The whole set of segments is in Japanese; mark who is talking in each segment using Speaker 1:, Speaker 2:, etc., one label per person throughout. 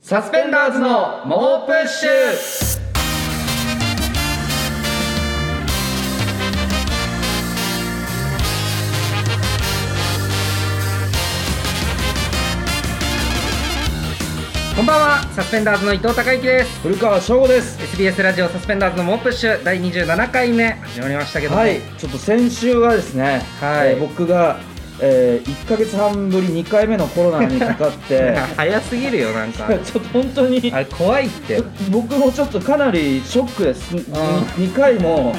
Speaker 1: サスペンダーズの猛プッシュこんばんはサスペンダーズの伊藤孝之です
Speaker 2: 古川翔吾です
Speaker 1: SBS ラジオサスペンダーズの猛プッシュ第27回目始まりましたけども
Speaker 2: はいちょっと先週がですね、
Speaker 1: はい
Speaker 2: えー僕が、え1ヶ月半ぶり2回目のコロナにかかっ て
Speaker 1: 早すぎるよなんか
Speaker 2: ちょっと本当に
Speaker 1: あれ怖いって
Speaker 2: 僕もちょっとかなりショックです2回も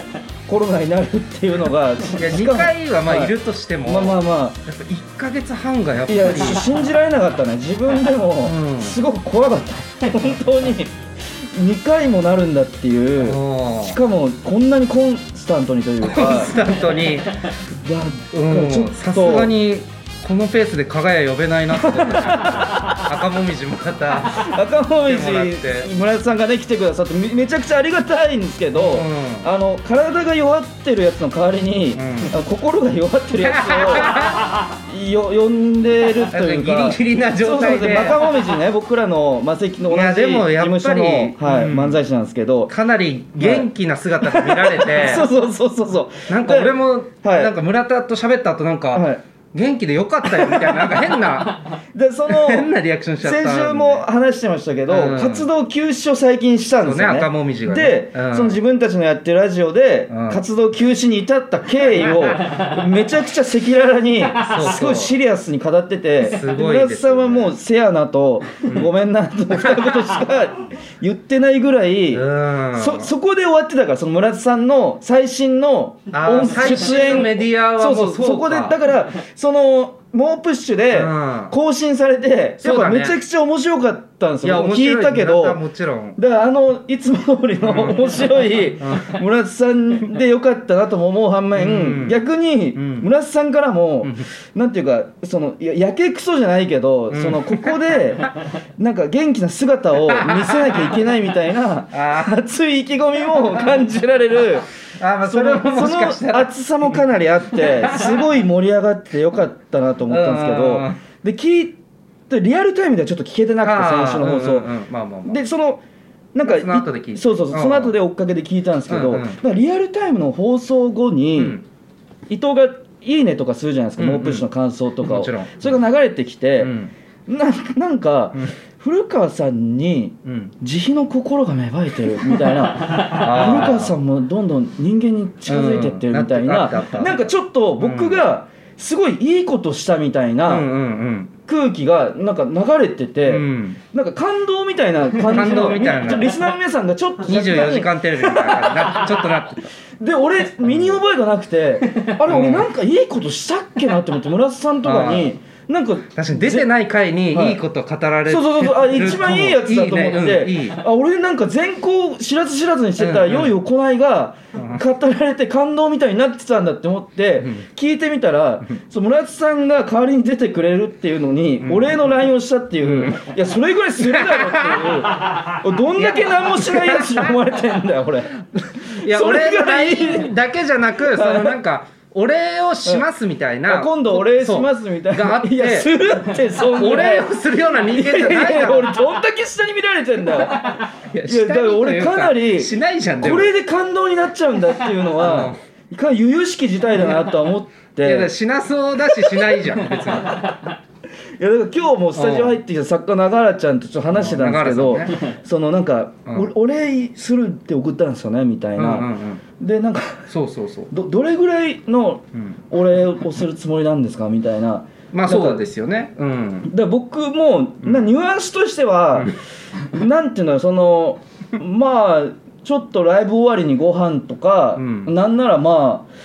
Speaker 2: コロナになるっていうのが
Speaker 1: いや
Speaker 2: し
Speaker 1: 2
Speaker 2: かも
Speaker 1: 回はま
Speaker 2: は
Speaker 1: あい
Speaker 2: い
Speaker 1: るとしても、
Speaker 2: まあまあま
Speaker 1: やっぱ1か月半がやっ
Speaker 2: あ
Speaker 1: ぱ
Speaker 2: い
Speaker 1: り
Speaker 2: や信じられなかったね自分でも
Speaker 1: うん
Speaker 2: すごく怖か った本当に2回もなるんだっていう
Speaker 1: も
Speaker 2: しかもこんなにコンスタントにという
Speaker 1: うコン
Speaker 2: か
Speaker 1: スタントに
Speaker 2: いや
Speaker 1: うん
Speaker 2: ちょっと
Speaker 1: さすがにこのペースで加賀谷呼べないなって思って赤もみじもまた、
Speaker 2: 赤もみじ
Speaker 1: 来てもらって
Speaker 2: 村田さんがね来てくださってめめちゃくちゃありがたいんですけど、
Speaker 1: うん
Speaker 2: あの体が弱ってるやつの代わりに、
Speaker 1: ん
Speaker 2: あの心が弱ってるやつ をよ呼んでるというか
Speaker 1: なんかギリギリな状態で
Speaker 2: そうそうそう赤もみじね僕らの魔石の同
Speaker 1: いや
Speaker 2: じ
Speaker 1: でも
Speaker 2: 事
Speaker 1: やっぱり
Speaker 2: 務所の、はい
Speaker 1: うん
Speaker 2: 漫才師なんですけど、
Speaker 1: かなり元気な姿が見られて
Speaker 2: そうそうそうそうそう
Speaker 1: なんか俺も、
Speaker 2: ではい
Speaker 1: なんか村田と喋った後なんか、
Speaker 2: はい
Speaker 1: 元気でよかったよみたいななんか変な
Speaker 2: でそ の
Speaker 1: 変なリアクションしちゃったん
Speaker 2: 先
Speaker 1: で
Speaker 2: 週も話してましたけど、
Speaker 1: うん
Speaker 2: 活動休止を最近したんですよ
Speaker 1: そうね
Speaker 2: ね
Speaker 1: 赤もみじがね
Speaker 2: で、
Speaker 1: うん
Speaker 2: その自分たちのやってるラジオで、
Speaker 1: うん
Speaker 2: 活動休止に至った経 緯をめちゃくちゃ赤裸々に
Speaker 1: うそう
Speaker 2: すごいシリアスに語ってて
Speaker 1: すごいですよね
Speaker 2: 村田さんはもう「せやな」と「ごめんな」と二言しか言ってないぐらい、
Speaker 1: うん
Speaker 2: そそこで終わってたからその村田さんの最新の
Speaker 1: あー
Speaker 2: 音
Speaker 1: 最新のメディアはも
Speaker 2: そううそう
Speaker 1: そうか
Speaker 2: そこでだからその猛プッシュで
Speaker 1: うん
Speaker 2: 更新されて、
Speaker 1: そう
Speaker 2: や
Speaker 1: だ
Speaker 2: っぱ
Speaker 1: ね
Speaker 2: めちゃくちゃ面白かったんです
Speaker 1: いや
Speaker 2: よ
Speaker 1: 面白い
Speaker 2: 聞いたけど
Speaker 1: 村田もちろん
Speaker 2: だからあのいつも通り の面白い村田さんでよかったなとも思う反面、
Speaker 1: うん
Speaker 2: 逆に
Speaker 1: うん
Speaker 2: 村田さんからも、なんていうかそのいややけくそじゃないけど、
Speaker 1: うん
Speaker 2: そのここでなんか元気な姿を見せなきゃいけないみたい
Speaker 1: あ
Speaker 2: な熱い意気込みも感じられる。
Speaker 1: あーまあそ
Speaker 2: そ
Speaker 1: れ
Speaker 2: の
Speaker 1: ももしかし
Speaker 2: そ
Speaker 1: た
Speaker 2: の
Speaker 1: ら
Speaker 2: 厚さもかなりあ ってすごい盛り上がってよかったなと思ったんですけ
Speaker 1: うんうんうん
Speaker 2: どで聞いてリアルタイムではちょっと聞けてなくて先週の放送、
Speaker 1: あーうんうんうんまあまあまあ
Speaker 2: でそのなんか
Speaker 1: その後で聞いて
Speaker 2: そうそうそう
Speaker 1: うん
Speaker 2: その後で追っかけで聞いたんですけ
Speaker 1: う
Speaker 2: ど、
Speaker 1: んうん
Speaker 2: だからリアルタイムの放送後に、
Speaker 1: うん
Speaker 2: 伊藤が「いいね」とかするじゃないですか、
Speaker 1: うんうん
Speaker 2: ノープッシュの感想とかを
Speaker 1: もちろん
Speaker 2: それが流れてきて、
Speaker 1: うん
Speaker 2: なんかなんか、
Speaker 1: うん
Speaker 2: 古川さんに
Speaker 1: うん
Speaker 2: 慈悲の心が芽生えてるみたいな
Speaker 1: あー
Speaker 2: 古川さんもどんどん人間に近づいてってるみたい
Speaker 1: うんな
Speaker 2: な、
Speaker 1: ってたあったあった
Speaker 2: なんかちょっと僕がすごいいいことしたみたい
Speaker 1: うん
Speaker 2: な
Speaker 1: うん
Speaker 2: 空気がなんか流れてて、
Speaker 1: うんうん
Speaker 2: なんか感動みたいな感じの
Speaker 1: 感動みたいな
Speaker 2: ちょっとリスナーの皆さんがちょっと
Speaker 1: 24時間テレビみたいなな ちょっとなってた
Speaker 2: で俺身に覚えがなくてあれ
Speaker 1: うん
Speaker 2: 俺なんかいいことしたっけなって思って村瀬さんとかになんか
Speaker 1: 確かに出てない回に
Speaker 2: はい
Speaker 1: いいこと語られてる
Speaker 2: そうそうそうあ一番いいやつだと思っ
Speaker 1: いいねうんいい
Speaker 2: てあ俺なんか全校知らず知らずにしてた
Speaker 1: うんうん
Speaker 2: 良い行いが
Speaker 1: うん
Speaker 2: 語られて感動みたいになってたんだって思って
Speaker 1: うん
Speaker 2: 聞いてみたらそう村津さんが代わりに出てくれるっていうのに
Speaker 1: ん
Speaker 2: お礼の LINE をしたっていういやそれぐらいするだろっていうどんだけ何もしないやつに思われてんだよ俺
Speaker 1: いや
Speaker 2: そ
Speaker 1: 俺
Speaker 2: れ
Speaker 1: の
Speaker 2: がいい
Speaker 1: LINE だけじゃなくそのなんかお礼をしますみたいな
Speaker 2: あ今度お礼しますみたい
Speaker 1: そうがあ
Speaker 2: な
Speaker 1: って
Speaker 2: いやするってそん
Speaker 1: お
Speaker 2: ぐらい
Speaker 1: 礼をするような人間
Speaker 2: い
Speaker 1: じゃない
Speaker 2: やい
Speaker 1: だ
Speaker 2: や
Speaker 1: ろ
Speaker 2: 俺どんだけ下に見られてんだよ
Speaker 1: いや
Speaker 2: いやだから俺かなり
Speaker 1: しないじゃんでも
Speaker 2: これで感動になっちゃうんだっていう のは、かなり由々しき事態だなとは思っ
Speaker 1: い
Speaker 2: て、い
Speaker 1: や
Speaker 2: や
Speaker 1: だか
Speaker 2: だ
Speaker 1: ら
Speaker 2: か
Speaker 1: しなそうだししないじゃん別に
Speaker 2: ら今日もスタジオ入ってきた作家の永原ちゃんとちょっと話してたんですけど、
Speaker 1: うん永原
Speaker 2: そのなんか、
Speaker 1: うん
Speaker 2: おお礼するって送ったんですよねみたいな、
Speaker 1: うんうんうん
Speaker 2: でなんか
Speaker 1: そうそうそう
Speaker 2: どどれぐらいの
Speaker 1: うん
Speaker 2: お礼をするつもりなんですかみたいな。
Speaker 1: まあ
Speaker 2: なんか
Speaker 1: そうですよねうん
Speaker 2: で僕もなニュアンスとしては、なんていうのよそのまあちょっとライブ終わりにご飯とか、
Speaker 1: うん
Speaker 2: なんならまあ、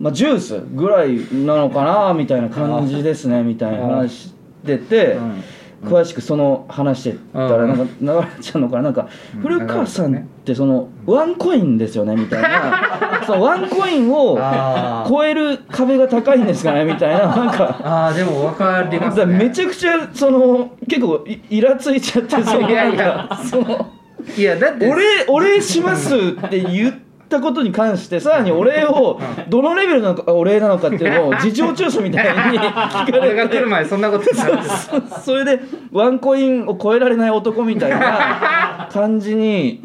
Speaker 2: まあジュースぐらいなのかなみたいな感じですねみたいな話してて、
Speaker 1: うん
Speaker 2: 詳しくその話してたら、
Speaker 1: うん
Speaker 2: なんか流れちゃうのかななんか、
Speaker 1: うん
Speaker 2: 古川さん
Speaker 1: 流れ
Speaker 2: っ
Speaker 1: ちゃ
Speaker 2: てそのワンコインですよねみ たいなそのワンコインを
Speaker 1: あー
Speaker 2: 超える壁が高いんですかねみたいななんか。
Speaker 1: ああでも分かります、ね、
Speaker 2: めちゃくちゃその結構いイラついちゃってその
Speaker 1: いやいや
Speaker 2: なんかその
Speaker 1: いやだって
Speaker 2: 俺俺しますって言っったことに関してさらにお礼をどのレベルなのかお礼なのかっていうの を事情聴取みたいに聞か
Speaker 1: 俺
Speaker 2: れ
Speaker 1: が来る
Speaker 2: て
Speaker 1: 前そんなこと言ってた
Speaker 2: そうそれでワンコインを超えられない男みたいな感じに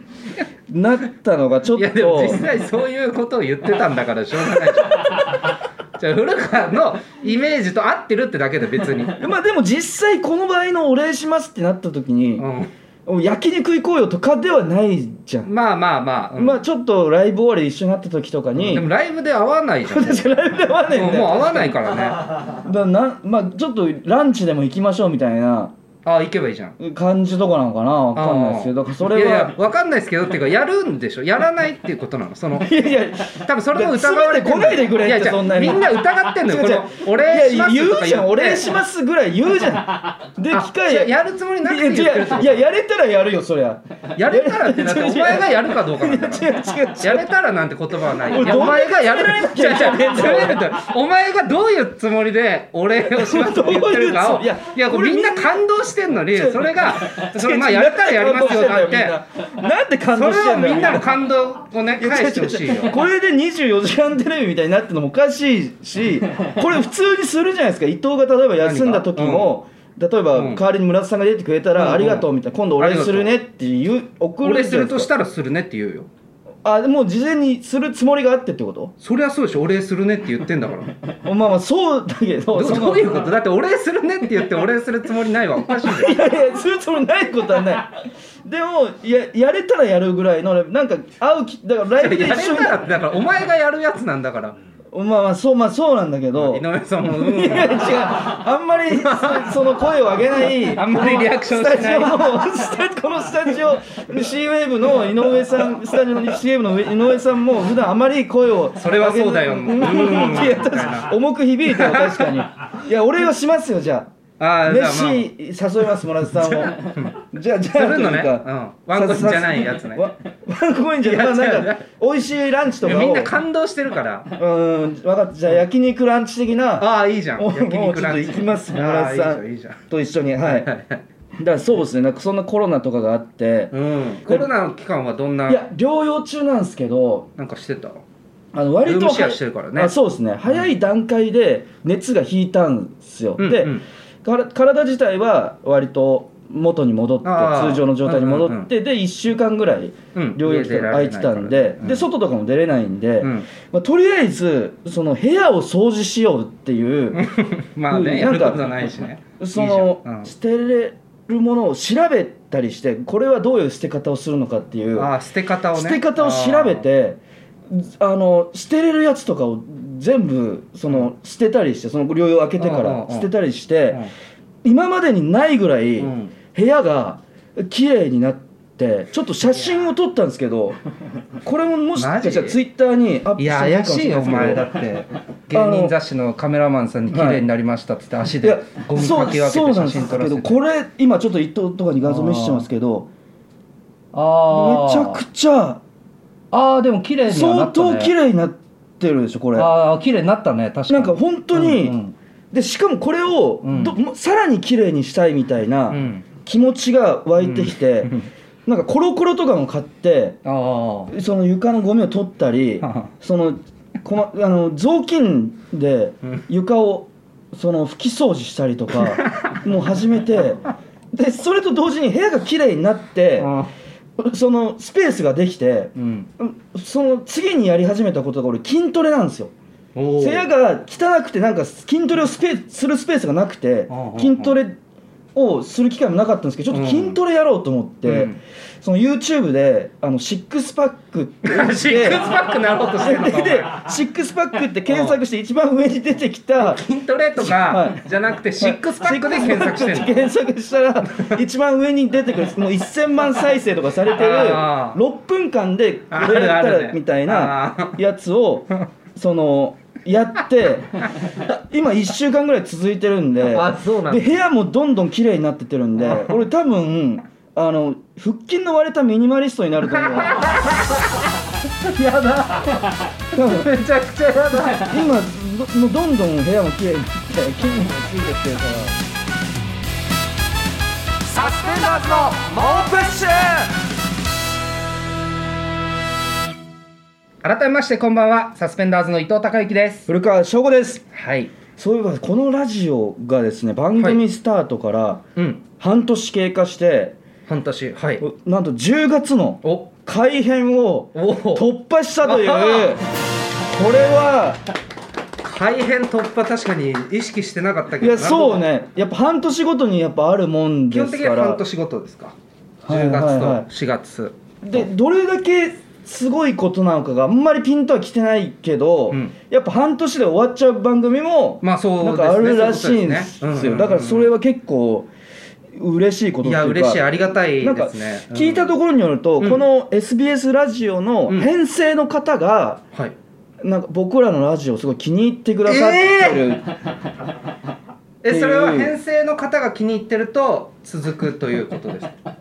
Speaker 2: なったのがちょっ
Speaker 1: いやでも
Speaker 2: と
Speaker 1: 実際そういうことを言ってたんだからしょうがないじゃん じゃあ古川のイメージと合ってるってだけで別に、う
Speaker 2: まあでも実際この場合のお礼しますってなった時に
Speaker 1: ん、
Speaker 2: 焼肉行こうよとかではないじゃん、
Speaker 1: まあまあまあ、うん
Speaker 2: まあちょっとライブ終わりで一緒になった時とかに
Speaker 1: でもライブで会わないじゃん
Speaker 2: 確かにライブで会わねえん
Speaker 1: もうも
Speaker 2: だ
Speaker 1: う
Speaker 2: よ
Speaker 1: 会わないからね
Speaker 2: だなまあちょっとランチでも行きましょうみたいな
Speaker 1: あ行けばいいじゃん
Speaker 2: 感じとかなのかなわかんないですけどだからそれ
Speaker 1: いやい
Speaker 2: は
Speaker 1: やわかんないですけどっていうかやるんでしょやらないっていうことなのその
Speaker 2: いやいやいや
Speaker 1: 多分それも疑われてんの
Speaker 2: 全て来ないでくれって
Speaker 1: やじゃあ
Speaker 2: そんなに
Speaker 1: みんな疑ってんのよこ
Speaker 2: 違う違う
Speaker 1: の「お礼します」
Speaker 2: 言
Speaker 1: とか
Speaker 2: うじゃん「お礼し
Speaker 1: す
Speaker 2: ます」ぐらい言うじゃ んで」
Speaker 1: い
Speaker 2: 機
Speaker 1: や
Speaker 2: 械
Speaker 1: やるつもりなくて言って
Speaker 2: い
Speaker 1: るっ
Speaker 2: や
Speaker 1: てこと
Speaker 2: いややれたらやるよそりゃ
Speaker 1: やれたらってなってお前がやるかどうかなんだから
Speaker 2: 違う違う違う
Speaker 1: やれたらなんて言葉はないよ。
Speaker 2: 俺
Speaker 1: いや
Speaker 2: ど
Speaker 1: お
Speaker 2: んだけ
Speaker 1: 前がやる。じゃじゃお前がどういうつもりでお礼をしますと言ってるかを。
Speaker 2: どういうつもり
Speaker 1: いや、いや、これ
Speaker 2: 俺
Speaker 1: みんな感動してんのに、それが、 そ
Speaker 2: 違
Speaker 1: れ
Speaker 2: う
Speaker 1: まあやれたらやりますよなんて。
Speaker 2: みん ななんで感
Speaker 1: それ
Speaker 2: 動して
Speaker 1: を
Speaker 2: んだ
Speaker 1: み
Speaker 2: よ
Speaker 1: んなの感動をね、
Speaker 2: いや違う
Speaker 1: 返してほしいよ
Speaker 2: 違う 違う。これで24時間テレビみたいになってるのもおかしいしこれ普通にするじゃないですか伊藤が例えば休んだ時も、例えば
Speaker 1: うん
Speaker 2: 代わりに村田さんが出てくれた
Speaker 1: うん
Speaker 2: ら
Speaker 1: う
Speaker 2: 「
Speaker 1: ん
Speaker 2: ありがとう」みたいな「今度お礼するね」っていう送
Speaker 1: 俺
Speaker 2: るじ
Speaker 1: す
Speaker 2: ゃ
Speaker 1: る
Speaker 2: ない
Speaker 1: と
Speaker 2: で
Speaker 1: し
Speaker 2: すか
Speaker 1: たらするねって言うよ。
Speaker 2: あでもう事前にするつもりがあってっ てこと
Speaker 1: そりゃそうでしょ、お礼するねって言ってんだから。
Speaker 2: まあまあそうだけ
Speaker 1: ど
Speaker 2: ど
Speaker 1: う
Speaker 2: その
Speaker 1: どういうことだってお礼するねって言ってお礼するつもりないわ。おかしいんだよ。
Speaker 2: いやいやするつもりないことは ないでもややれたらやるぐらいのなんか会うきだからライ
Speaker 1: や
Speaker 2: ブで
Speaker 1: れ
Speaker 2: 一緒に
Speaker 1: たらって、だからお前がやるやつなんだから。
Speaker 2: まあまあそうまあそうなんだけど
Speaker 1: 井上さんも、うん
Speaker 2: い。や違うあんまりそその声を上げない
Speaker 1: あんまりリアクションしない
Speaker 2: スタジオのスタこのスタジオ CWAVE の井上さんスタジオの CWAVE の井上さんも普段あまり声を
Speaker 1: それはそうだよ
Speaker 2: 上げない
Speaker 1: うん
Speaker 2: いや確かに重く響いたよ確かにいや俺はしますよじゃ
Speaker 1: あ
Speaker 2: あ
Speaker 1: あ、じゃあまあ
Speaker 2: 飯誘います村田さんをじゃあじゃあ
Speaker 1: するのね
Speaker 2: というか
Speaker 1: うんワンコインじゃないやつね
Speaker 2: わワンコインじゃない
Speaker 1: いや違う
Speaker 2: なんか美味しいランチと
Speaker 1: い
Speaker 2: か
Speaker 1: や
Speaker 2: を
Speaker 1: みんな感動してるから。
Speaker 2: うん分かったじゃあ焼肉ランチ的な
Speaker 1: ああ、いいじゃん。
Speaker 2: もう
Speaker 1: 焼肉ランチ。
Speaker 2: もうちょっと行きますね
Speaker 1: ああ
Speaker 2: 村田さん
Speaker 1: いいじゃん、いいじゃん。
Speaker 2: と一緒にはいだからそうですねなんかそんなコロナとかがあって、、
Speaker 1: うん。コロナの期間はどんない
Speaker 2: や療養中なんですけど
Speaker 1: なんかしてた
Speaker 2: あの割
Speaker 1: ルー
Speaker 2: と
Speaker 1: ムシェアしてるからね
Speaker 2: あそうですね早い段階で熱が引いたんですよ、
Speaker 1: うん
Speaker 2: で、
Speaker 1: うん
Speaker 2: から体自体は割と元に戻って
Speaker 1: あー
Speaker 2: 通常の状態に戻って、
Speaker 1: うんうん
Speaker 2: で1週間ぐらい
Speaker 1: うん
Speaker 2: 療養期間空いてたんで、で、外とかも出れないん
Speaker 1: 家出
Speaker 2: で、
Speaker 1: られないからうん
Speaker 2: まあ、とりあえずその部屋を掃除しようっていう
Speaker 1: うんまあ
Speaker 2: うん
Speaker 1: ね、や
Speaker 2: なん
Speaker 1: る
Speaker 2: か
Speaker 1: ことないしね。
Speaker 2: その
Speaker 1: いいじ
Speaker 2: 捨てれるものを調べたりしてこれはどういう捨て方をするのかってい
Speaker 1: ゃんう
Speaker 2: うん
Speaker 1: ああ、捨て方をね。
Speaker 2: 捨て方を調べてあの捨てれるやつとかを全部その捨てたりしてその療養開けて
Speaker 1: う
Speaker 2: か
Speaker 1: んうん
Speaker 2: ら
Speaker 1: うん
Speaker 2: 捨てたりし
Speaker 1: あ
Speaker 2: て
Speaker 1: あ。
Speaker 2: 今までにないぐら
Speaker 1: う
Speaker 2: い
Speaker 1: んうん
Speaker 2: 部屋が綺麗になってちょっと写真を撮ったんですけどこれももしか
Speaker 1: マ
Speaker 2: した
Speaker 1: ジ
Speaker 2: らツイッターにアップ
Speaker 1: いや
Speaker 2: てる
Speaker 1: 怪
Speaker 2: かも
Speaker 1: しい
Speaker 2: れな
Speaker 1: よお
Speaker 2: ですけど
Speaker 1: 前だ って芸人雑誌のカメラマンさんに綺麗になりましたっつって足
Speaker 2: いや
Speaker 1: でゴミ
Speaker 2: そ
Speaker 1: か
Speaker 2: う
Speaker 1: き分
Speaker 2: そ
Speaker 1: け
Speaker 2: う
Speaker 1: て写
Speaker 2: なんです
Speaker 1: 真撮ら
Speaker 2: け
Speaker 1: せ
Speaker 2: ど
Speaker 1: て
Speaker 2: これ今ちょっと伊藤とかに画像見せちゃいますけどめ
Speaker 3: あ
Speaker 2: ち
Speaker 3: ー
Speaker 2: ゃくちゃ
Speaker 3: あーでも綺麗にはなっ
Speaker 2: 相
Speaker 3: たね
Speaker 2: 当綺麗になってるでしょこれな
Speaker 3: ああ綺麗になったね確かに
Speaker 2: んか本当に、でしかもこれを
Speaker 3: うん
Speaker 2: ど、もさらに綺麗にしたいみた
Speaker 3: う
Speaker 2: い
Speaker 3: んう
Speaker 2: なん気持ちが湧いてきて、なんかコロコロとかも買って
Speaker 3: あー
Speaker 2: その床のゴミを取ったりそのこまあの雑巾で床をその拭き掃除したり とかもう始めてでそれと同時に部屋が綺麗になって
Speaker 3: あ
Speaker 2: そのスペースができて
Speaker 3: ーうん
Speaker 2: その次にやり始めたことが俺筋トレなんですよ
Speaker 1: お
Speaker 2: 部
Speaker 1: ー
Speaker 2: 屋が汚くてなんか筋トレをスペースするスペースがなくて
Speaker 1: うんうんうん
Speaker 2: 筋トレをする機会もなかったんですけどちょっと筋トレやろうと思って、
Speaker 1: うん
Speaker 2: その YouTube であのシックスパックって言っ て
Speaker 1: シックスパックなろうとしてるのかお
Speaker 2: で
Speaker 1: 前
Speaker 2: シックスパックって検索して一番上に出てきた
Speaker 1: 筋トレと
Speaker 2: は
Speaker 1: か
Speaker 2: い
Speaker 1: じゃなくてシックスパックで検索してるの
Speaker 2: 検索したら一番上に出てくるもう1000万再生とかされてる
Speaker 1: あー
Speaker 2: 6分間でこれや
Speaker 1: あ
Speaker 2: っ
Speaker 1: る
Speaker 2: た
Speaker 1: あるね
Speaker 2: らみたい
Speaker 1: あ
Speaker 2: なやつをそのや って今1週間ぐらい続いてるんで
Speaker 1: あそうなんだ
Speaker 2: で部屋もどんどん綺麗になってってるんで俺多分あの腹筋の割れたミニマリストになると 思う
Speaker 1: やだ
Speaker 2: 多分
Speaker 1: めちゃくちゃやだ
Speaker 2: 今どもうどんどん部屋も綺麗になって筋肉もついてってるから
Speaker 1: サスペンダーズの猛プッシュ改めましてこんばんはサスペンダーズの伊藤孝之です
Speaker 2: 古川翔吾です
Speaker 1: はい
Speaker 2: そういえばこのラジオがですね番組スタートから
Speaker 1: うん
Speaker 2: 半年経過して、
Speaker 1: 半年はい
Speaker 2: なんと10月の
Speaker 1: おお
Speaker 2: 改編を
Speaker 1: お
Speaker 2: 突破し たという
Speaker 1: あは
Speaker 2: これは
Speaker 1: 改変突破確かに意識してなかったけど
Speaker 2: いや
Speaker 1: なるほ
Speaker 2: そ
Speaker 1: ど
Speaker 2: うねやっぱ半年ごとにやっぱあるもん
Speaker 1: 基
Speaker 2: で
Speaker 1: 本
Speaker 2: す
Speaker 1: 的に
Speaker 2: か
Speaker 1: は
Speaker 2: ら
Speaker 1: 半年ごとですか
Speaker 2: はい
Speaker 1: 10月
Speaker 2: はいはい
Speaker 1: と4月
Speaker 2: でどれだけすごいことなのかがあんまりピンとは来てないけど、
Speaker 1: うん
Speaker 2: やっぱ半年で終わっちゃう番組も
Speaker 1: まあそうで
Speaker 2: なん
Speaker 1: すね
Speaker 2: かあるらしいんで
Speaker 1: そういうことねう
Speaker 2: す
Speaker 1: んうんうんう
Speaker 2: よ
Speaker 1: ん
Speaker 2: だからそれは結構嬉しいこ
Speaker 1: い
Speaker 2: とっていう
Speaker 1: や
Speaker 2: か
Speaker 1: 嬉しいありがたい
Speaker 2: なん
Speaker 1: で
Speaker 2: か
Speaker 1: すね
Speaker 2: 聞いたところによると、
Speaker 1: うん
Speaker 2: この SBS ラジオの
Speaker 1: うん
Speaker 2: 編成の方が、
Speaker 1: うんはい
Speaker 2: なんか僕らのラジオをすごい気に入ってくださってる、
Speaker 1: え
Speaker 2: っていう
Speaker 1: それは編成の方が気に入ってると続くということですか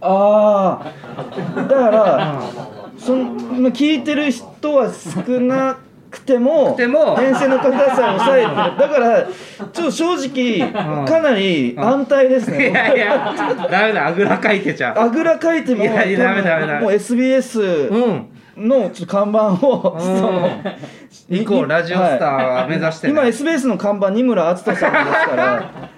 Speaker 2: ああだから
Speaker 1: う
Speaker 2: そのまあ聞いてる人は少なくても
Speaker 1: でも
Speaker 2: 編成の方さえ抑えてるだからちょっと正直
Speaker 1: ん
Speaker 2: かなり
Speaker 1: うん
Speaker 2: 安泰です
Speaker 1: いやい
Speaker 2: ね
Speaker 1: やダメだあぐらかいてちゃ
Speaker 2: あぐらかいても
Speaker 1: いやいやダメダメダメ
Speaker 2: もう SBS
Speaker 1: ううん
Speaker 2: のちょっと看板を、その
Speaker 1: 以降ラジオスターは目指して、ね
Speaker 2: 今 SBS の看板二村篤人さんですから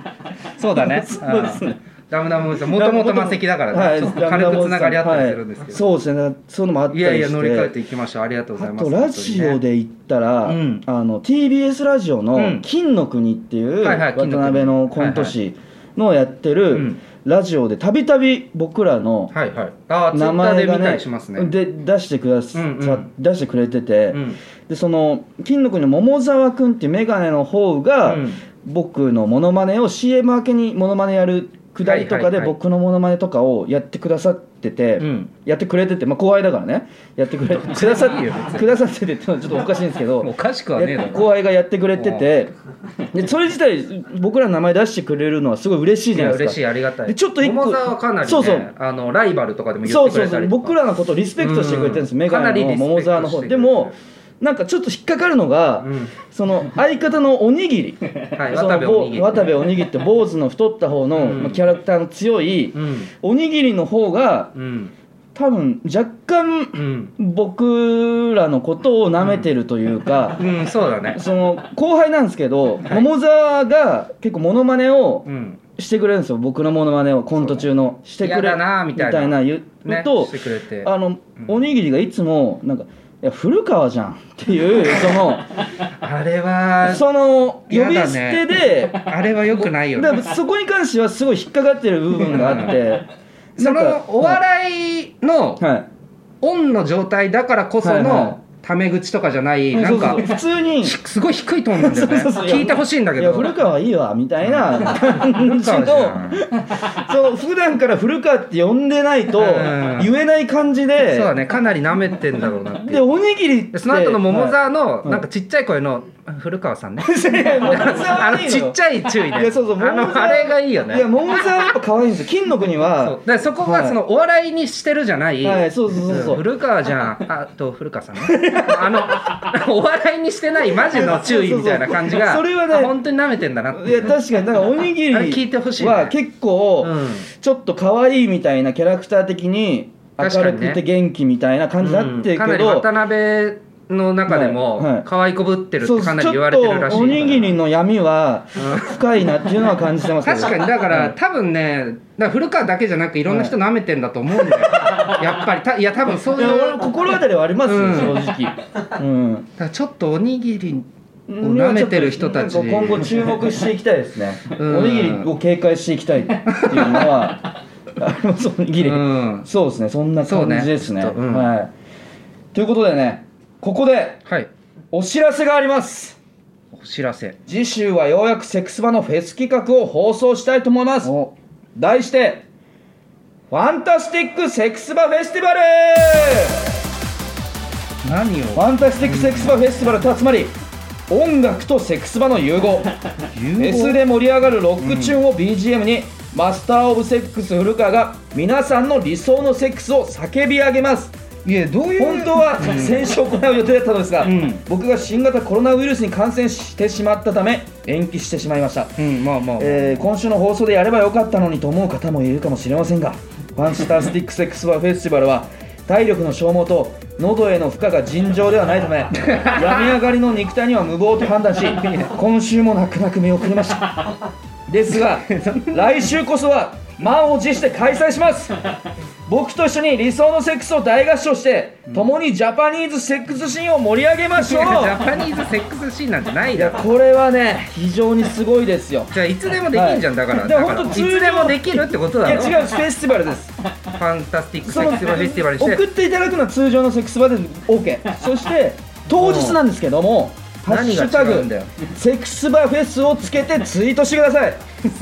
Speaker 1: そうだね
Speaker 2: そうですね
Speaker 1: うんダムダムおじさんもともと魔石だからね、
Speaker 2: はい
Speaker 1: ちょっと軽くつながりあったりするんですけど、
Speaker 2: はいそうですねそういうのもあった
Speaker 1: い、
Speaker 2: りして
Speaker 1: やいや乗り換えていきましょうありがとうござい
Speaker 2: あ
Speaker 1: ます
Speaker 2: とラジオで言ったら、
Speaker 1: うん
Speaker 2: あの TBS ラジオ
Speaker 1: うん
Speaker 2: の「金の国」っていう
Speaker 1: はいはい
Speaker 2: 渡
Speaker 1: 金の国
Speaker 2: 辺のコント師のやって
Speaker 1: う
Speaker 2: る
Speaker 1: ん
Speaker 2: ラジオでたびたび僕らの
Speaker 1: はいはいああツイ
Speaker 2: 名
Speaker 1: ッター
Speaker 2: 前
Speaker 1: で
Speaker 2: が
Speaker 1: 見た
Speaker 2: ね
Speaker 1: りしますね
Speaker 2: で出してくださ
Speaker 1: うんうん
Speaker 2: 出してくれてて、
Speaker 1: うん
Speaker 2: でその金の国の桃沢君っていう眼鏡の方が、
Speaker 1: うん
Speaker 2: 僕のモノマネを CM 明けにモノマネやるくだりとか
Speaker 1: はいは
Speaker 2: で
Speaker 1: いはい
Speaker 2: 僕のモノマネとかをやってくださってて。
Speaker 1: うん
Speaker 2: やってくれてて、まあ、後輩だからねやってく れくださっ
Speaker 1: いい
Speaker 2: て
Speaker 1: よ別に
Speaker 2: くださっててってのはちょっとおかしいんですけど
Speaker 1: おかしくはねえだ
Speaker 2: や
Speaker 1: ろ
Speaker 2: 後輩がやってくれててでそれ自体僕らの名前出してくれるのはすごい嬉しい
Speaker 1: い
Speaker 2: じゃ
Speaker 1: や
Speaker 2: ないで
Speaker 1: 嬉
Speaker 2: す
Speaker 1: し
Speaker 2: か
Speaker 1: いありがたい
Speaker 2: でちょっと一個
Speaker 1: 桃沢はかなり、ね、
Speaker 2: そうそう
Speaker 1: あのライバルとかでも言
Speaker 2: そ
Speaker 1: っ
Speaker 2: う
Speaker 1: てく
Speaker 2: そう
Speaker 1: れた
Speaker 2: そう
Speaker 1: りとか
Speaker 2: 僕らのことをリスペクトしてくれてるんです
Speaker 1: うん
Speaker 2: メガネ
Speaker 1: かな
Speaker 2: の
Speaker 1: りリスペクト
Speaker 2: 桃沢の
Speaker 1: し
Speaker 2: 方
Speaker 1: てくれて
Speaker 2: で
Speaker 1: る
Speaker 2: もなんかちょっと引っかかるのが、
Speaker 1: うん
Speaker 2: その相方のおにぎり
Speaker 1: はい
Speaker 2: そ
Speaker 1: 渡
Speaker 2: の
Speaker 1: 部おにぎり
Speaker 2: ぼ渡部おにぎりって坊主の太った方の、
Speaker 1: うん
Speaker 2: まあキャラクターの強い、
Speaker 1: うん
Speaker 2: おにぎりの方が
Speaker 1: うん
Speaker 2: 多分若干
Speaker 1: うん
Speaker 2: 僕らのことを舐めてるというか、
Speaker 1: うんそうだね
Speaker 2: その後輩なんですけど、桃沢が結構モノマネを
Speaker 1: うん
Speaker 2: してくれるんですよ僕のモノマネをコント中のしてくれ
Speaker 1: 嫌だなみたいな
Speaker 2: 言
Speaker 1: ね
Speaker 2: うと、
Speaker 1: してくれて
Speaker 2: あの、おにぎりがいつもなんか「いや古川じゃん」っていうその
Speaker 1: あれは
Speaker 2: その呼
Speaker 1: 嫌
Speaker 2: び
Speaker 1: だ
Speaker 2: 捨
Speaker 1: ね
Speaker 2: てで、
Speaker 1: あれは良くないよ
Speaker 2: だか
Speaker 1: ね
Speaker 2: らそこに関してはすごい引っかかってる部分があ って
Speaker 1: そ
Speaker 2: なんか
Speaker 1: のお笑いの
Speaker 2: はい、はい
Speaker 1: オンの状態だからこそ
Speaker 2: はいは
Speaker 1: のタメ口とかじゃないなんか
Speaker 2: そうそうそう普通に
Speaker 1: ひすごい低いトーンなんだよね
Speaker 2: そうそうそう
Speaker 1: 聞いてほしいんだけ
Speaker 2: いや
Speaker 1: ど
Speaker 2: 古川いいわみたいな感
Speaker 1: 古
Speaker 2: じ
Speaker 1: 川じ ゃ
Speaker 2: の
Speaker 1: んそう
Speaker 2: そう普段から古川って呼んでないと
Speaker 1: うん
Speaker 2: 言えない感じで、
Speaker 1: だねかなり舐めてんだろうなってい
Speaker 2: で
Speaker 1: う
Speaker 2: おにぎりって
Speaker 1: でその後の桃
Speaker 2: はい
Speaker 1: 沢の
Speaker 2: い
Speaker 1: なんかちっちゃい声の古川さんね
Speaker 2: いや桃沢
Speaker 1: あ
Speaker 2: はいい
Speaker 1: のちっちゃい注意ね
Speaker 2: いやそうそう
Speaker 1: あ
Speaker 2: 桃
Speaker 1: の
Speaker 2: 沢
Speaker 1: あれがいいよね
Speaker 2: いや桃沢やっぱ可愛いんですよ金の国
Speaker 1: そう
Speaker 2: は
Speaker 1: だからそこがそのお笑いにしてるじゃない、
Speaker 2: はいそうそうそうそう
Speaker 1: 古川じゃんあと古川さんねあのお 笑いにしてないマジの注意みたいな感じが
Speaker 2: そうそうそうそれはね
Speaker 1: あ本当に舐めてんだなって
Speaker 2: いや確かにだからおにぎり
Speaker 1: あれ聞いてほしいね
Speaker 2: は結構
Speaker 1: うん
Speaker 2: ちょっと可愛いみたいなキャラクター的に明
Speaker 1: 確か
Speaker 2: る
Speaker 1: にね
Speaker 2: くて元気みたいな感じになって
Speaker 1: うん
Speaker 2: る
Speaker 1: か
Speaker 2: け
Speaker 1: なり
Speaker 2: ど、
Speaker 1: 渡辺の中で
Speaker 2: はいは
Speaker 1: も
Speaker 2: い
Speaker 1: 可愛いこぶってるっ
Speaker 2: そう
Speaker 1: て
Speaker 2: ちょ
Speaker 1: か
Speaker 2: っ
Speaker 1: な
Speaker 2: と
Speaker 1: り言われてるらしい
Speaker 2: おにぎり
Speaker 1: の
Speaker 2: の闇は深いなっていうのは感じてますけど
Speaker 1: 確かにだから多分ねだから古川だけじゃなくいろんな人舐めてんだと思うんだよ、やっぱりたいや多分そう
Speaker 2: い
Speaker 1: い
Speaker 2: や
Speaker 1: う
Speaker 2: 俺心当たりはありますよ、
Speaker 1: うん
Speaker 2: 正直、うん、
Speaker 1: だからちょっとおにぎり舐めてる人たち
Speaker 2: なんか今後注目していきたいですね、
Speaker 1: うん
Speaker 2: おにぎりを警戒していきたいっていうのはありますおにぎり、
Speaker 1: うん
Speaker 2: そうですねそんな感じですね
Speaker 1: そうねちょっとうん
Speaker 2: はい、ということでねここで
Speaker 1: はい
Speaker 2: お知らせがあります
Speaker 1: お知らせ
Speaker 2: 次週はようやくセックスバのフェス企画を放送したいと思います
Speaker 1: お
Speaker 2: 題して「ファンタスティックセックスバフェスティバル」
Speaker 1: 何
Speaker 2: ファンタスティックセックスバフェスティバルとはつまり音楽とセックスバの融 合フェスで盛り上がるロックチューンを BGM に、マスター・オブ・セックス古川が皆さんの理想のセックスを叫び上げます
Speaker 1: いやどういう
Speaker 2: 本当は先週行う予定だったのですが、
Speaker 1: ん
Speaker 2: 僕が新型コロナウイルスに感染してしまったため延期してしまいました
Speaker 1: うんまあまあ、
Speaker 2: えー今週の放送でやればよかったのにと思う方もいるかもしれませんがファンスタスティックセックスバーフェスティバルは体力の消耗と喉への負荷が尋常ではないた め病み上がりの肉体には無謀と判断し今週も泣く泣く見送りましたですが来週こそは満を持して開催します僕と一緒に理想のセックスを大合唱して共にジャパニーズセックスシーンを盛り上げまし
Speaker 1: ジ
Speaker 2: ょう
Speaker 1: ャパニーズセックスシーンなんてない
Speaker 2: い
Speaker 1: だ
Speaker 2: や
Speaker 1: ろ
Speaker 2: これはね非常にすごいですよ
Speaker 1: じゃあいつでもできんじゃん、だから
Speaker 2: で
Speaker 1: だ
Speaker 2: も
Speaker 1: から
Speaker 2: 本
Speaker 1: い
Speaker 2: 当
Speaker 1: つ
Speaker 2: 通常
Speaker 1: でもできるってこと
Speaker 2: い
Speaker 1: だ
Speaker 2: や
Speaker 1: ろ
Speaker 2: 違うフェスティバルです
Speaker 1: ファンタスティックセックスフェスティバルにして
Speaker 2: 送っていただくのは通常のセックスバー で OK そして当日なんですけども「ハッ
Speaker 1: 何
Speaker 2: シ
Speaker 1: が
Speaker 2: ュタ
Speaker 1: 違
Speaker 2: グ
Speaker 1: うんだよ
Speaker 2: セックスバーフェス」をつけてツイートしてください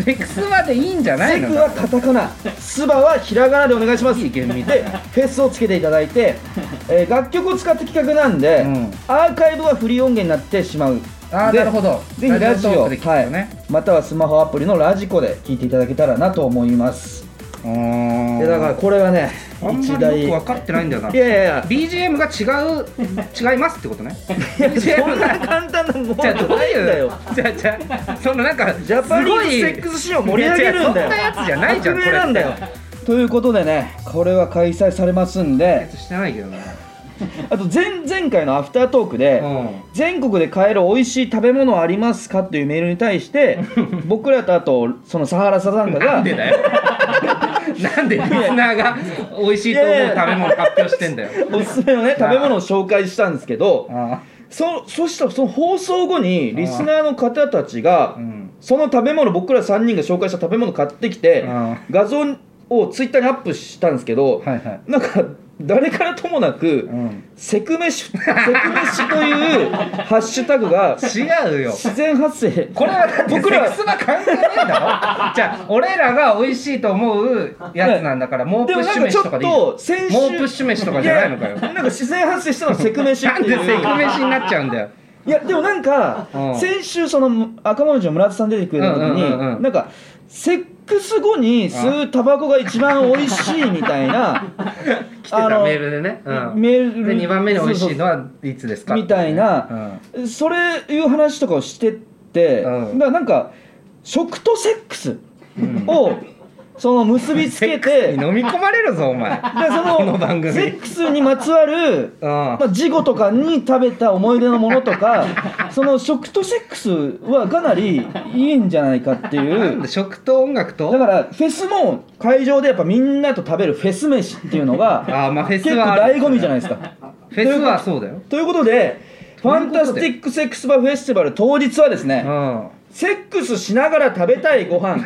Speaker 1: セックスまでいいんじゃない
Speaker 2: セ
Speaker 1: の
Speaker 2: クはカタカナスバはひらがなでお願いしますでフェスをつけていただい て、えー楽曲を使った企画なんで、
Speaker 3: うん
Speaker 2: アーカイブはフリー音源になってしまう
Speaker 1: あー
Speaker 2: で
Speaker 1: なるほど
Speaker 2: ぜひラジオ
Speaker 1: ラジオトークで聞くよね
Speaker 2: はい、またはスマホアプリのラジコで聞いていただけたらなと思います
Speaker 1: うーん
Speaker 2: でだからこれはね
Speaker 1: あん
Speaker 2: 一
Speaker 1: まり
Speaker 2: 大い
Speaker 1: よく
Speaker 2: や
Speaker 1: 分かってないんだよない
Speaker 2: やいや
Speaker 1: BGM が違う違いますってことね
Speaker 2: そ
Speaker 1: BGM
Speaker 2: んな簡単なもの
Speaker 1: じゃあどう
Speaker 2: ないんだ
Speaker 1: いう
Speaker 2: よ
Speaker 1: じゃあじゃあそのなんか
Speaker 2: ジャパニーズセックスシーンを盛り上げるんだよ
Speaker 1: いや違うそんなやつじゃないじゃんこ
Speaker 2: 革命
Speaker 1: れ
Speaker 2: なんだよということでねこれは開催されますん
Speaker 1: や
Speaker 2: で
Speaker 1: つしてないけどね
Speaker 2: あと前前回のアフタートークで、
Speaker 1: う
Speaker 2: 全国で買える美味しい食べ物ありますかというメールに対して 僕らとあとそのサハラサザンカ
Speaker 1: んな
Speaker 2: が
Speaker 1: んでだよ なんでリスナーが美味しいと思う食べ物発表してんだよ
Speaker 2: おすすめのね食べ物を紹介したんですけど
Speaker 1: あ
Speaker 2: そそしたらその放送後にリスナーの方たちが
Speaker 1: ーうん
Speaker 2: その食べ物僕ら3人が紹介した食べ物買ってきて
Speaker 1: あ
Speaker 2: 画像をツイッターにアップしたんですけど
Speaker 1: はいはい
Speaker 2: なんか誰からともなく
Speaker 1: うん
Speaker 2: セクメシセクメシというハッシュタグが
Speaker 1: 違うよ
Speaker 2: 自然発生
Speaker 1: これはだってセ
Speaker 2: 僕ら
Speaker 1: ックスな関係ねえだろじゃあ俺らが美味しいと思うやつなんだから猛プ
Speaker 2: でも
Speaker 1: ッ
Speaker 2: な
Speaker 1: シ
Speaker 2: ん
Speaker 1: ュ
Speaker 2: かちょ
Speaker 1: 飯と
Speaker 2: っ
Speaker 1: かでいいよ
Speaker 2: と先週
Speaker 1: 猛プッシュ飯とかじゃないのかよ
Speaker 2: やなんか自然発生したのはセクメシっ
Speaker 1: な
Speaker 2: て
Speaker 1: んでセ
Speaker 2: い
Speaker 1: ク
Speaker 2: う
Speaker 1: 飯になっちゃうんだよ
Speaker 2: いやでもなんか
Speaker 1: うん
Speaker 2: 先週その赤もみじの村田さん出てくれた時
Speaker 1: うんうんうんう
Speaker 2: に
Speaker 1: ん
Speaker 2: なんかセックス後に吸うタバコが一番美味しいみたいな
Speaker 1: 来てたメールでね、うん、
Speaker 2: メール
Speaker 1: で2番目に美味しいの
Speaker 2: は
Speaker 1: はいつですか
Speaker 2: みたいな
Speaker 1: うん
Speaker 2: それいう話とかをしてってだ
Speaker 1: う
Speaker 2: か
Speaker 1: ん
Speaker 2: らなんか食とセックスをその結びつけて
Speaker 1: 飲み込まれるぞお前
Speaker 2: だからそ
Speaker 1: こ
Speaker 2: の
Speaker 1: の番組
Speaker 2: セックスにまつわる
Speaker 1: うん
Speaker 2: まあ、事故とかに食べた思い出のものと かその食とセックスはかなりいいんじゃないかって
Speaker 1: なん
Speaker 2: いう
Speaker 1: で食と音楽
Speaker 2: だ
Speaker 1: と
Speaker 2: からフェスも会場でやっぱみんなと食べるフェス飯っていうの
Speaker 1: あー
Speaker 2: が
Speaker 1: まあフェス
Speaker 2: 結構
Speaker 1: はある
Speaker 2: 醍醐味じゃないですか。
Speaker 1: フェスはそうだよ
Speaker 2: ということでファンタスティックセックスバーフェスティバル当日はですね、
Speaker 1: うん
Speaker 2: セックスしながら食べたいご飯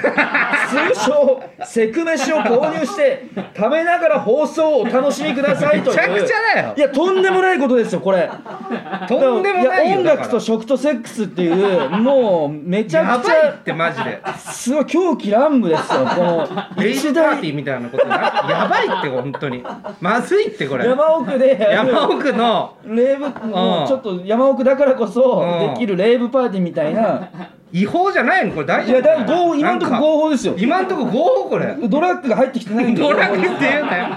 Speaker 2: 通称セク飯を購入して食べながら放送をお楽しみくださいという
Speaker 1: めちゃくちゃだよ
Speaker 2: いやとんでもないことですよこれ
Speaker 1: とんでもない
Speaker 2: や
Speaker 1: よ
Speaker 2: 音
Speaker 1: だから
Speaker 2: 楽と食とセックスっていうもうめちゃ
Speaker 1: や
Speaker 2: くち
Speaker 1: ばいっ
Speaker 2: ゃ
Speaker 1: てマジで
Speaker 2: すごい狂気乱舞ですよこの
Speaker 1: レイジ
Speaker 2: 一
Speaker 1: パーティ
Speaker 2: 大
Speaker 1: ーみたいなことになやばいって本当にまずいってこれ
Speaker 2: 山奥でやる
Speaker 1: 山奥の
Speaker 2: レーブもうちょっと山奥だからこそ
Speaker 1: うん
Speaker 2: できるレーブパーティーみたいな
Speaker 1: 違法じゃないのこれ大
Speaker 2: い
Speaker 1: 丈夫
Speaker 2: やだから合法今んとこ
Speaker 1: なんか
Speaker 2: 合法ですよ
Speaker 1: 今んとこ合法これ
Speaker 2: ドラッグが入ってきてないんで
Speaker 1: ドラッグって言うなよ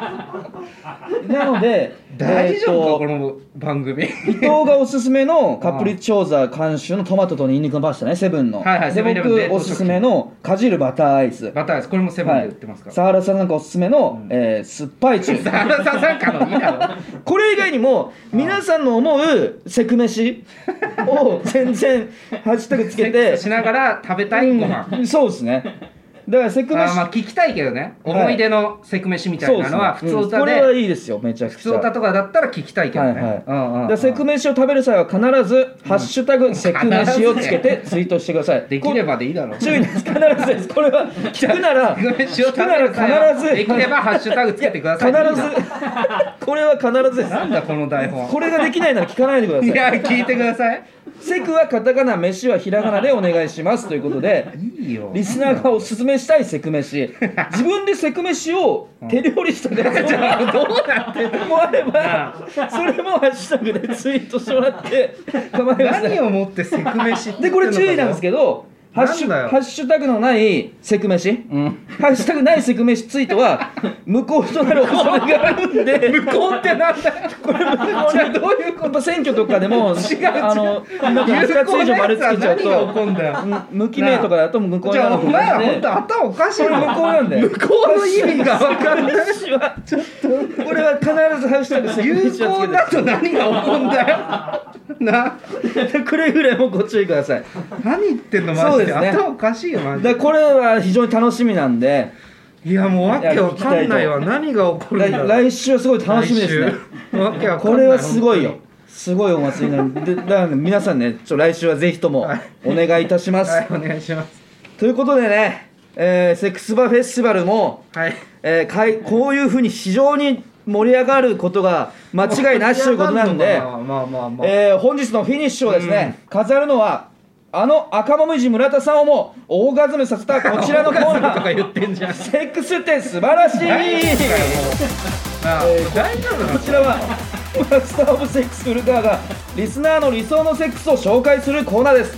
Speaker 2: なので
Speaker 1: 大丈夫かこ
Speaker 2: えーと
Speaker 1: の番組
Speaker 2: 伊藤がおすすめのカプリチョーザ監修のトマトとニンニクのパスタねセブンの、
Speaker 1: はいはい
Speaker 2: で
Speaker 1: セブンイレブン
Speaker 2: 僕
Speaker 1: 冷凍
Speaker 2: お
Speaker 1: 食品
Speaker 2: すすめのかじるバターアイス
Speaker 1: バターですこれもセブンで売ってますから、
Speaker 2: サハラさんなんかおすすめの、えー酸っぱいチュー
Speaker 1: さ原田さんからいいだろ
Speaker 2: これ以外にも皆さんの思うセク飯を全然ハッシュタグつけて
Speaker 1: しながら食べたいご飯、
Speaker 2: うんそうですねだからセク
Speaker 1: あーま
Speaker 2: 飯
Speaker 1: あ聞きたいけどね、
Speaker 2: はい
Speaker 1: 思い出のセク飯みた
Speaker 2: そ
Speaker 1: いう
Speaker 2: で
Speaker 1: な
Speaker 2: す
Speaker 1: のは普通
Speaker 2: ねうん
Speaker 1: 歌
Speaker 2: こ
Speaker 1: で、
Speaker 2: れはいいですよめちゃくちゃ
Speaker 1: 普通歌とかだったら聞きたいけどね、
Speaker 2: はいはい
Speaker 1: うんうんうん
Speaker 2: でセク飯を食べる際は必ず「ハッシュタグセク飯」をつ けてツイートしてください。
Speaker 1: できれ
Speaker 2: ば
Speaker 1: ばでいいだろう
Speaker 2: 注意です必ずですこれ は聞くなら
Speaker 1: セク飯を
Speaker 2: 聞
Speaker 1: 食
Speaker 2: く
Speaker 1: べ
Speaker 2: な
Speaker 1: る際
Speaker 2: ら
Speaker 1: は
Speaker 2: 必ず
Speaker 1: できればハッシュタグつけてください
Speaker 2: 必
Speaker 1: いい な
Speaker 2: ずこれは必ずです
Speaker 1: なんだこの台本
Speaker 2: これができないなら聞かないでくだ
Speaker 1: い
Speaker 2: さい
Speaker 1: や聞いてください
Speaker 2: セクはカタカナ飯はひらが なでお願いしますということで
Speaker 1: いいよ
Speaker 2: リスナーがおすすめしたいセク飯自分でセク飯を手料理した からじゃ
Speaker 1: どうなってんの
Speaker 2: もあればそれもハッシュタグでツイートしてもらって構いません
Speaker 1: 何をもってセク飯って言ってんのか
Speaker 2: でこれ注意なんですけどハッシュ
Speaker 1: なんだよ
Speaker 2: ハッシュタグのないセク飯
Speaker 3: うん
Speaker 2: ハッシュタグないセク飯ツイート は無効となる恐れがあるんで
Speaker 1: 向こうってなんだよこれじゃあどういう
Speaker 2: やっぱ選挙とかでも
Speaker 1: 違う違う
Speaker 2: あのなんか2つ以上丸つけちゃう
Speaker 1: 有効なやつは何が起
Speaker 2: と
Speaker 1: こんだよ
Speaker 2: うん無記名とかだと無効
Speaker 1: じ
Speaker 2: に
Speaker 1: ゃ
Speaker 2: な
Speaker 1: あ
Speaker 2: る
Speaker 1: お前は本
Speaker 2: で
Speaker 1: 当頭おかしい
Speaker 2: これ無効なんだよ
Speaker 1: 向こうの意味が分かんない
Speaker 2: 私はちょっとこれは必ずハッシュタグセク
Speaker 1: 有
Speaker 2: 飯を
Speaker 1: 効だと何が起こんだよな
Speaker 2: つけて くれぐれもご注意ください
Speaker 1: 何言ってんのマ
Speaker 2: そう
Speaker 1: ジ
Speaker 2: で
Speaker 1: です
Speaker 2: ね
Speaker 1: 頭おかしいよマジ
Speaker 2: で
Speaker 1: で
Speaker 2: これは非常に楽しみなんで
Speaker 1: いやもうわけわかんないわ何が起こる
Speaker 2: 来
Speaker 1: んだろう
Speaker 2: 来週はすごい楽しみですね
Speaker 1: 来週わけわかんない
Speaker 2: これはすごいよすごいお祭りなんでだからね皆さんねちょ来週はぜひとも
Speaker 1: はい
Speaker 2: お願いいたします、
Speaker 1: はいお願いします
Speaker 2: ということでね、えーセックスバーフェスティバルも、
Speaker 1: はい
Speaker 2: えーかいこういうふうに非常に盛り上がることが間違いなしということなんで
Speaker 1: まあまあまあまあ、
Speaker 2: えー本日のフィニッシュをですね、飾るのはあの赤もみじ村田さんをもオーガズムさせたこちらのコーナ
Speaker 1: とか
Speaker 2: ー
Speaker 1: 言ってんじゃん
Speaker 2: セックスって素晴らしい
Speaker 1: なあこれ
Speaker 2: えー
Speaker 1: 大丈夫な
Speaker 2: こ
Speaker 1: の
Speaker 2: ちらはマスター・オブ・セックス・古川がリスナーの理想のセックスを紹介するコーナーです、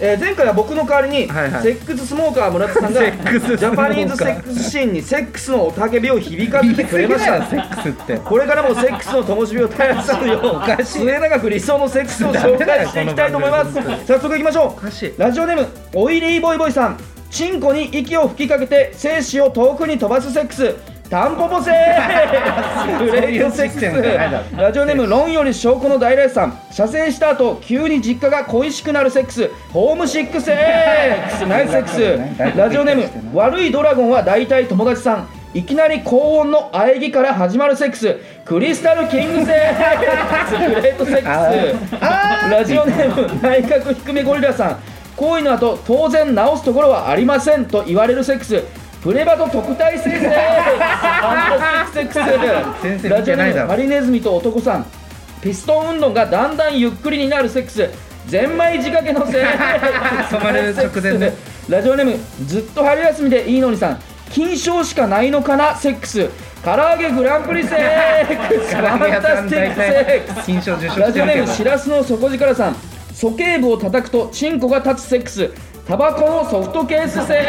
Speaker 2: えー前回は僕の代わりに、
Speaker 1: はいはい
Speaker 2: セックススモーカー村田さんが
Speaker 1: セックススモーカー
Speaker 2: ジャパニーズセックスシーンにセックスの雄たけびを響かせてくれまし
Speaker 1: 言い
Speaker 2: た
Speaker 1: 過ぎだよセックスって
Speaker 2: これからもセックスの灯火を絶やさぬよう末永く理想のセックスを紹介していきたいと思います早速いきましょ
Speaker 1: おかしいう
Speaker 2: ラジオネームオイリーボイボイさんチンコに息を吹きかけて精子を遠くに飛ばすセックスタンポポセックスグレイトセック
Speaker 1: そういうシステムじゃないだ
Speaker 2: スラジオネーム論より証拠の大来さん射精した後急に実家が恋しくなるセックスホームシックセックスナイスセックスラジオネーム悪いドラゴンは大体友達さんいきなり高音の喘ぎから始まるセックスクリスタルキングセックスグレートセックスラジオネーム内角低めゴリラさん行為の後当然直すところはありませんと言われるセックスプレバと特待生セ ックスアントセックス
Speaker 1: 先生
Speaker 2: ラ
Speaker 1: 見て
Speaker 2: ジオネ
Speaker 1: ない
Speaker 2: ー
Speaker 1: だ
Speaker 2: ム
Speaker 1: ろ
Speaker 2: ハリネズミと男さんピストン運動がだんだんゆっくりになるセックスゼンマイ仕掛け のせい
Speaker 1: 染まる直前ね
Speaker 2: ラジオネームずっと春休みでいいのにさん金賞しかないのかなセックス唐揚げグランプリセック ス
Speaker 1: 唐
Speaker 2: フ
Speaker 1: 揚
Speaker 2: ァ
Speaker 1: げ屋
Speaker 2: ン
Speaker 1: さ
Speaker 2: タ
Speaker 1: ん
Speaker 2: スティッ
Speaker 1: 大
Speaker 2: クセ
Speaker 1: 体
Speaker 2: ックス
Speaker 1: 金賞受賞
Speaker 2: ラ
Speaker 1: して
Speaker 2: ジオ
Speaker 1: る
Speaker 2: ネ
Speaker 1: け
Speaker 2: ー
Speaker 1: ど
Speaker 2: ムしらすの底力さん鼠径部を叩くとチンコが立つセックスタバコのソフトケースセ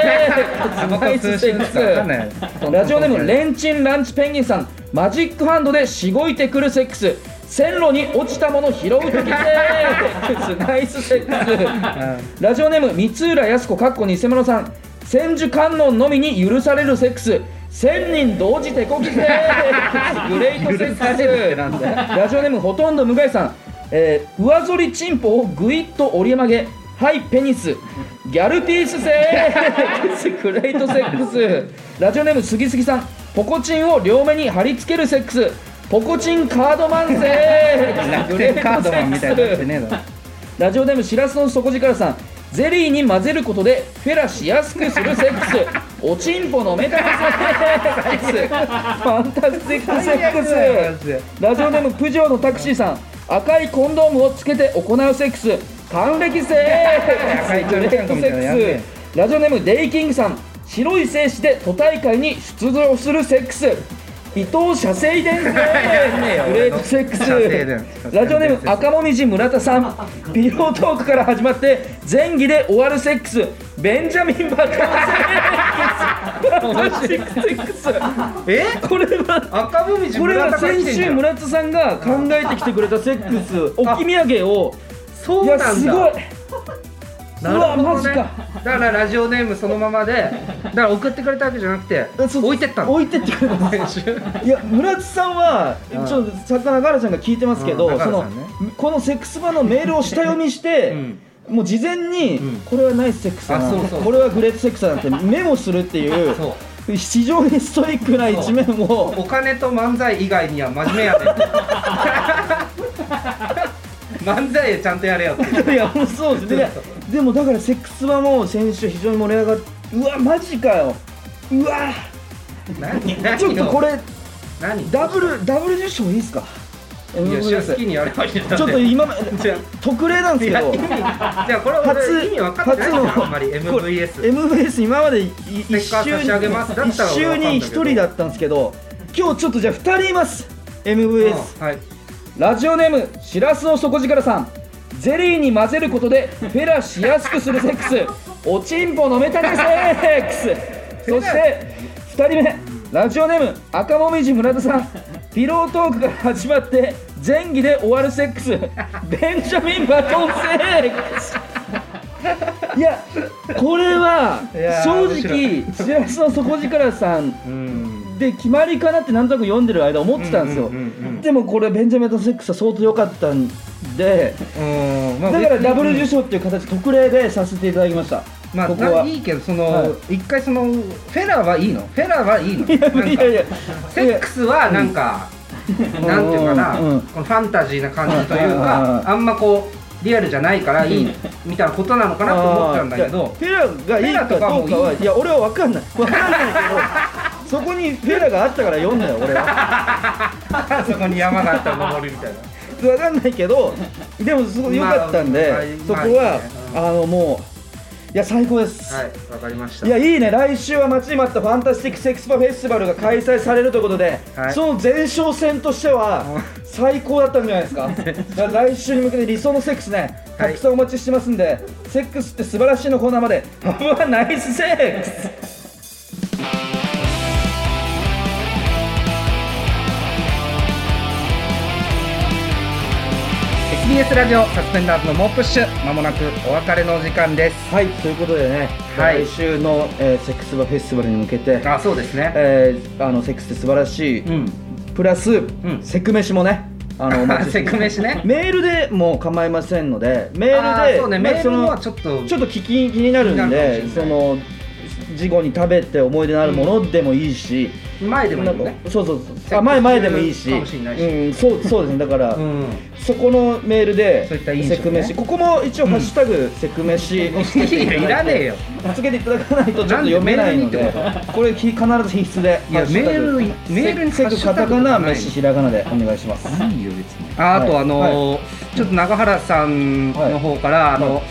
Speaker 1: タ
Speaker 2: ッ
Speaker 1: バ
Speaker 2: クスナ
Speaker 1: コ
Speaker 2: イス
Speaker 1: 通
Speaker 2: セッ
Speaker 1: 信
Speaker 2: ク
Speaker 1: とかわかんない
Speaker 2: スラジオネームレンチンランチペンギンさんマジックハンドでしごいてくるセックス線路に落ちたもの拾う時セ ックスナイスセックスラジオネーム三浦靖子かっこ偽物さん千手観音のみに許されるセックス千人同時手こきセックスグレートセックスラジオネームほとんど向井さん、えー上反りチンポをぐいっと折り曲げはいペニスギャルピースセ ックスグレートセックスラジオネームすぎすぎさんポコチンを両目に貼り付けるセックスポコチンカードマンセックス
Speaker 1: 楽天カードマンみたいになってねえだろ
Speaker 2: ラジオネームしらすの底力さんゼリーに混ぜることでフェラしやすくするセックスおちんぽのめかけセックスファンタスティックセックスラジオネームプジョーのタクシーさん赤いコンドームをつけて行うセックス還暦セ
Speaker 1: 赤い
Speaker 2: ックス
Speaker 1: ちょろちょろみたいなのやんね
Speaker 2: スラジオネームデイキングさん白い精子で都大会に出場するセックス伊藤射精伝説グレートセック
Speaker 1: 射精伝
Speaker 2: スラジオネーム赤もみじ村田さんピロートークから始まって前儀で終わるセックスベンジャミン・バカセックスセックス
Speaker 1: え
Speaker 2: これは
Speaker 1: 赤もみじ
Speaker 2: これ
Speaker 1: 村
Speaker 2: は
Speaker 1: 田から
Speaker 2: 先
Speaker 1: 来てんじ
Speaker 2: 週
Speaker 1: ゃん
Speaker 2: 村田さんが考えてきてくれたセックス置き土産を
Speaker 1: そう
Speaker 2: い
Speaker 1: な
Speaker 2: や
Speaker 1: んだ
Speaker 2: すごい
Speaker 1: なるほど
Speaker 2: うわマジか
Speaker 1: だからラジオネームそのままでだから送ってくれたわけじゃなくて
Speaker 2: そう
Speaker 1: 置いてったの
Speaker 2: 置いてってくれた
Speaker 1: 先週
Speaker 2: いや村津さんは、
Speaker 1: うん
Speaker 2: ちょっと作家のガラちゃんが聞いてますけど、
Speaker 1: うん
Speaker 2: その
Speaker 1: 中原さんね
Speaker 2: このセックス版のメールを下読みして、
Speaker 1: うん
Speaker 2: もう事前に、
Speaker 1: うん
Speaker 2: これはナイスセックスだな
Speaker 1: あそうそう
Speaker 2: これはグレートセックスだなってメモするっていう
Speaker 1: そう
Speaker 2: 非常にストイックな一面を
Speaker 1: お金と漫才以外には真面目やねん 漫才ちゃんとやれよって
Speaker 2: いやもうそうですねいやでもだからセックス版も先週非常に盛り上がってうわマジかようわ
Speaker 1: 何何を
Speaker 2: ちょっとこれ
Speaker 1: 何
Speaker 2: ダブルダブル受賞いいですか
Speaker 1: いや
Speaker 2: ごめんなさ
Speaker 1: 好
Speaker 2: い
Speaker 1: きにやればいいんだ
Speaker 2: ちょっと今まで
Speaker 1: じゃ
Speaker 2: 特例なんですけど
Speaker 1: あじゃあこれ俺意味分かってないじゃんあんまり MVS
Speaker 2: MVS 今までい一
Speaker 1: ステッカー
Speaker 2: 週
Speaker 1: 差し上げますだっ
Speaker 2: に
Speaker 1: たら
Speaker 2: 一
Speaker 1: 俺
Speaker 2: 週
Speaker 1: わかんない
Speaker 2: に一人だったんですけど今日ちょっとじゃあ二人います
Speaker 1: うん
Speaker 2: MVS、
Speaker 1: はい
Speaker 2: ラジオネームしらすの底力さんゼリーに混ぜることでフェラしやすくするセックスおちんぽのメタネセックスそして2人目ラジオネーム赤もみじ村田さんピロートークから始まって前儀で終わるセックスベンジャミン・バトンセックスいやこれはい
Speaker 1: やー
Speaker 2: 正
Speaker 1: 面白い
Speaker 2: 直しらすの底力さん
Speaker 1: うん
Speaker 2: で決まりかなってなんとなく読んでる間思ってたんですよ、
Speaker 1: うんうんうんうん
Speaker 2: でもこれベンジャミン・バトンセックスは相当良かったんで
Speaker 1: うんま
Speaker 2: だ
Speaker 1: あ
Speaker 2: から
Speaker 1: 別に
Speaker 2: ダブル受賞っていう形特例でさせていただきました
Speaker 1: まあ
Speaker 2: ここは
Speaker 1: ないいけどそ
Speaker 2: は
Speaker 1: の一回そのフェラーはいいのフェラーはいいの
Speaker 2: いや
Speaker 1: なん
Speaker 2: い
Speaker 1: か
Speaker 2: やいや
Speaker 1: セックスはなんか、なんていうかな、
Speaker 2: うん
Speaker 1: このファンタジーな感じという
Speaker 2: はいはい
Speaker 1: か、
Speaker 2: はい
Speaker 1: あんまこうリアルじゃないからいいみたいなことなのかなと思ったんだけ
Speaker 2: あー
Speaker 1: ど、
Speaker 2: いやフェラがいいかどうか
Speaker 1: フェラとかも
Speaker 2: はい
Speaker 1: い
Speaker 2: や俺は分かんない分かんないけ どそこにフェラがあったから読んだよ俺は
Speaker 1: あそこに山があったら登るみたいな。
Speaker 2: 分かんないけどでもすごい良かったんで、
Speaker 1: まあまあ
Speaker 2: そこは、
Speaker 1: ま
Speaker 2: あのもういや最高です、
Speaker 1: はい、わかりました。
Speaker 2: いやいいね来週は待ちに待ったファンタスティックセックスパフェスティバルが開催されるということで、
Speaker 1: はい
Speaker 2: その前哨戦としては最高だったんじゃないです かだから来週に向けて理想のセックスねたくさんお待ちしてますんで、セックスって素晴らしいのコーナーまで Have a nice sex!
Speaker 1: い SBS ラジオサスペンダーズの猛プッシュ、まもなくお別れのお時間です。
Speaker 2: はいということでね、
Speaker 1: はい
Speaker 2: 来週の、えーセックスバフェスティバルに向けて、
Speaker 1: あ、そうですね。
Speaker 2: えーあのセックスって素晴らしい、
Speaker 1: うん。
Speaker 2: プラス、
Speaker 1: ん
Speaker 2: セクメシもねあのお待ちして
Speaker 1: セクメ シね。
Speaker 2: メールでも構いませんのでメ
Speaker 1: あ
Speaker 2: ール
Speaker 1: ー
Speaker 2: で
Speaker 1: そうね、
Speaker 2: まあ
Speaker 1: メー
Speaker 2: そ
Speaker 1: ル
Speaker 2: の
Speaker 1: のはちょっと。
Speaker 2: ちょっと聞き気になる
Speaker 1: 気
Speaker 2: ん
Speaker 1: になるか
Speaker 2: で
Speaker 1: もし
Speaker 2: そ
Speaker 1: れない
Speaker 2: の事後に食べて思い出のあるものでもいいし、
Speaker 1: 前でもいい
Speaker 2: なん
Speaker 1: の
Speaker 2: か
Speaker 1: ね。
Speaker 2: そうそう
Speaker 1: セ
Speaker 2: そう
Speaker 1: ッ
Speaker 2: あ
Speaker 1: クス
Speaker 2: 前前でもいいし
Speaker 1: かもしれないし
Speaker 2: うん、そうそうですねだから、
Speaker 1: うん。
Speaker 2: そこのメールで
Speaker 1: そういった印象ね
Speaker 2: セクメシここも一応「ハッシュタグセクメシ」をつけて
Speaker 1: い
Speaker 2: い
Speaker 1: や、い
Speaker 2: た
Speaker 1: ら
Speaker 2: だ
Speaker 1: ねえ
Speaker 2: て
Speaker 1: よ。
Speaker 2: つけていただかないとちょっと読めないの
Speaker 1: なん
Speaker 2: で
Speaker 1: でメールに
Speaker 2: これ必ず必須で
Speaker 1: いや
Speaker 2: ハッシュタ
Speaker 1: メー
Speaker 2: グ
Speaker 1: ルメールに
Speaker 2: セク
Speaker 1: ハッシュ
Speaker 2: カ
Speaker 1: タ
Speaker 2: タ
Speaker 1: グ
Speaker 2: カ
Speaker 1: ない
Speaker 2: ナ飯ひらがなでお願いします
Speaker 4: いいよ別に
Speaker 1: ああと
Speaker 2: はい
Speaker 1: あのーちょっと長原さんの方から、あの、
Speaker 2: は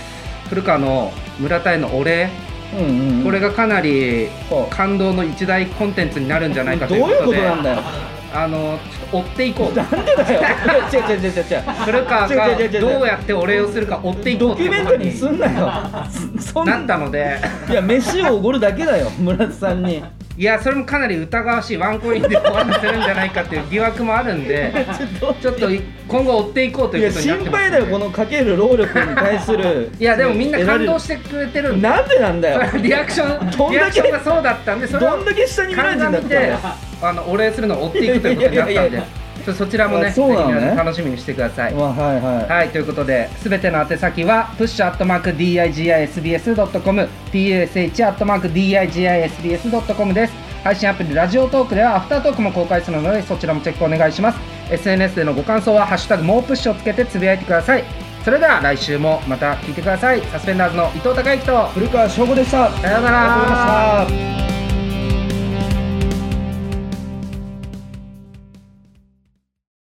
Speaker 1: 古川の村田へのお礼、
Speaker 2: うんうんうん
Speaker 1: これがかなり
Speaker 2: はあ
Speaker 1: 感動の一大コンテンツになるんじゃないかと
Speaker 2: どう
Speaker 1: いうこと
Speaker 2: いうこと
Speaker 1: で
Speaker 2: なんだよ
Speaker 1: あのちょっと追っていこう
Speaker 2: なんでだよいや違う違う違う違う
Speaker 1: 古川が
Speaker 2: 違う違う違う違う
Speaker 1: どうやってお礼をするか追っていこう
Speaker 2: ド
Speaker 1: っ
Speaker 2: キ
Speaker 1: てこ
Speaker 2: ュメン
Speaker 1: と
Speaker 2: トに
Speaker 1: に
Speaker 2: すんなよ。そん
Speaker 1: なったので
Speaker 2: いや、飯をおごるだけだよ、村田さんに。
Speaker 1: いやそれもかなり疑わしいワンコインで終わらせるんじゃないかっていう疑惑もあるんでちょっと今後追っていこうと
Speaker 2: い
Speaker 1: いう
Speaker 2: や、
Speaker 1: ことになっ
Speaker 2: 心
Speaker 1: てます
Speaker 2: 配だよ、このかける労力に対する。。
Speaker 1: いやでもみんな感動しててくれてるんで
Speaker 2: なんでなんだよ。
Speaker 1: リアクション
Speaker 2: どん
Speaker 1: リ
Speaker 2: だけ
Speaker 1: アクションがそうだったんでそれ
Speaker 2: ど
Speaker 1: を
Speaker 2: んだけ下に見られてんだ
Speaker 1: 鑑
Speaker 2: っ
Speaker 1: み
Speaker 2: て
Speaker 1: て。あのお礼するのを追っていくということになったん
Speaker 2: いやいやいやい
Speaker 1: で
Speaker 2: や
Speaker 1: ちょっとそちらもね
Speaker 2: あそうなのね
Speaker 1: ぜひ皆さん楽しみにしてください
Speaker 2: まあ、はいは
Speaker 1: はいということで全ての宛先は push.digisbs.com push.digisbs.com です配信アプリラジオトークではアフタートークも公開するのでそちらもチェックお願いします SNS でのご感想は「ハッシュタグもうプッシュ」をつけてつぶやいてくださいそれでは来週もまた聞いてくださいサスペンダーズの伊藤孝之と
Speaker 2: い。古川翔吾でした。あり
Speaker 1: さような
Speaker 2: がとうございま
Speaker 1: ら
Speaker 2: した。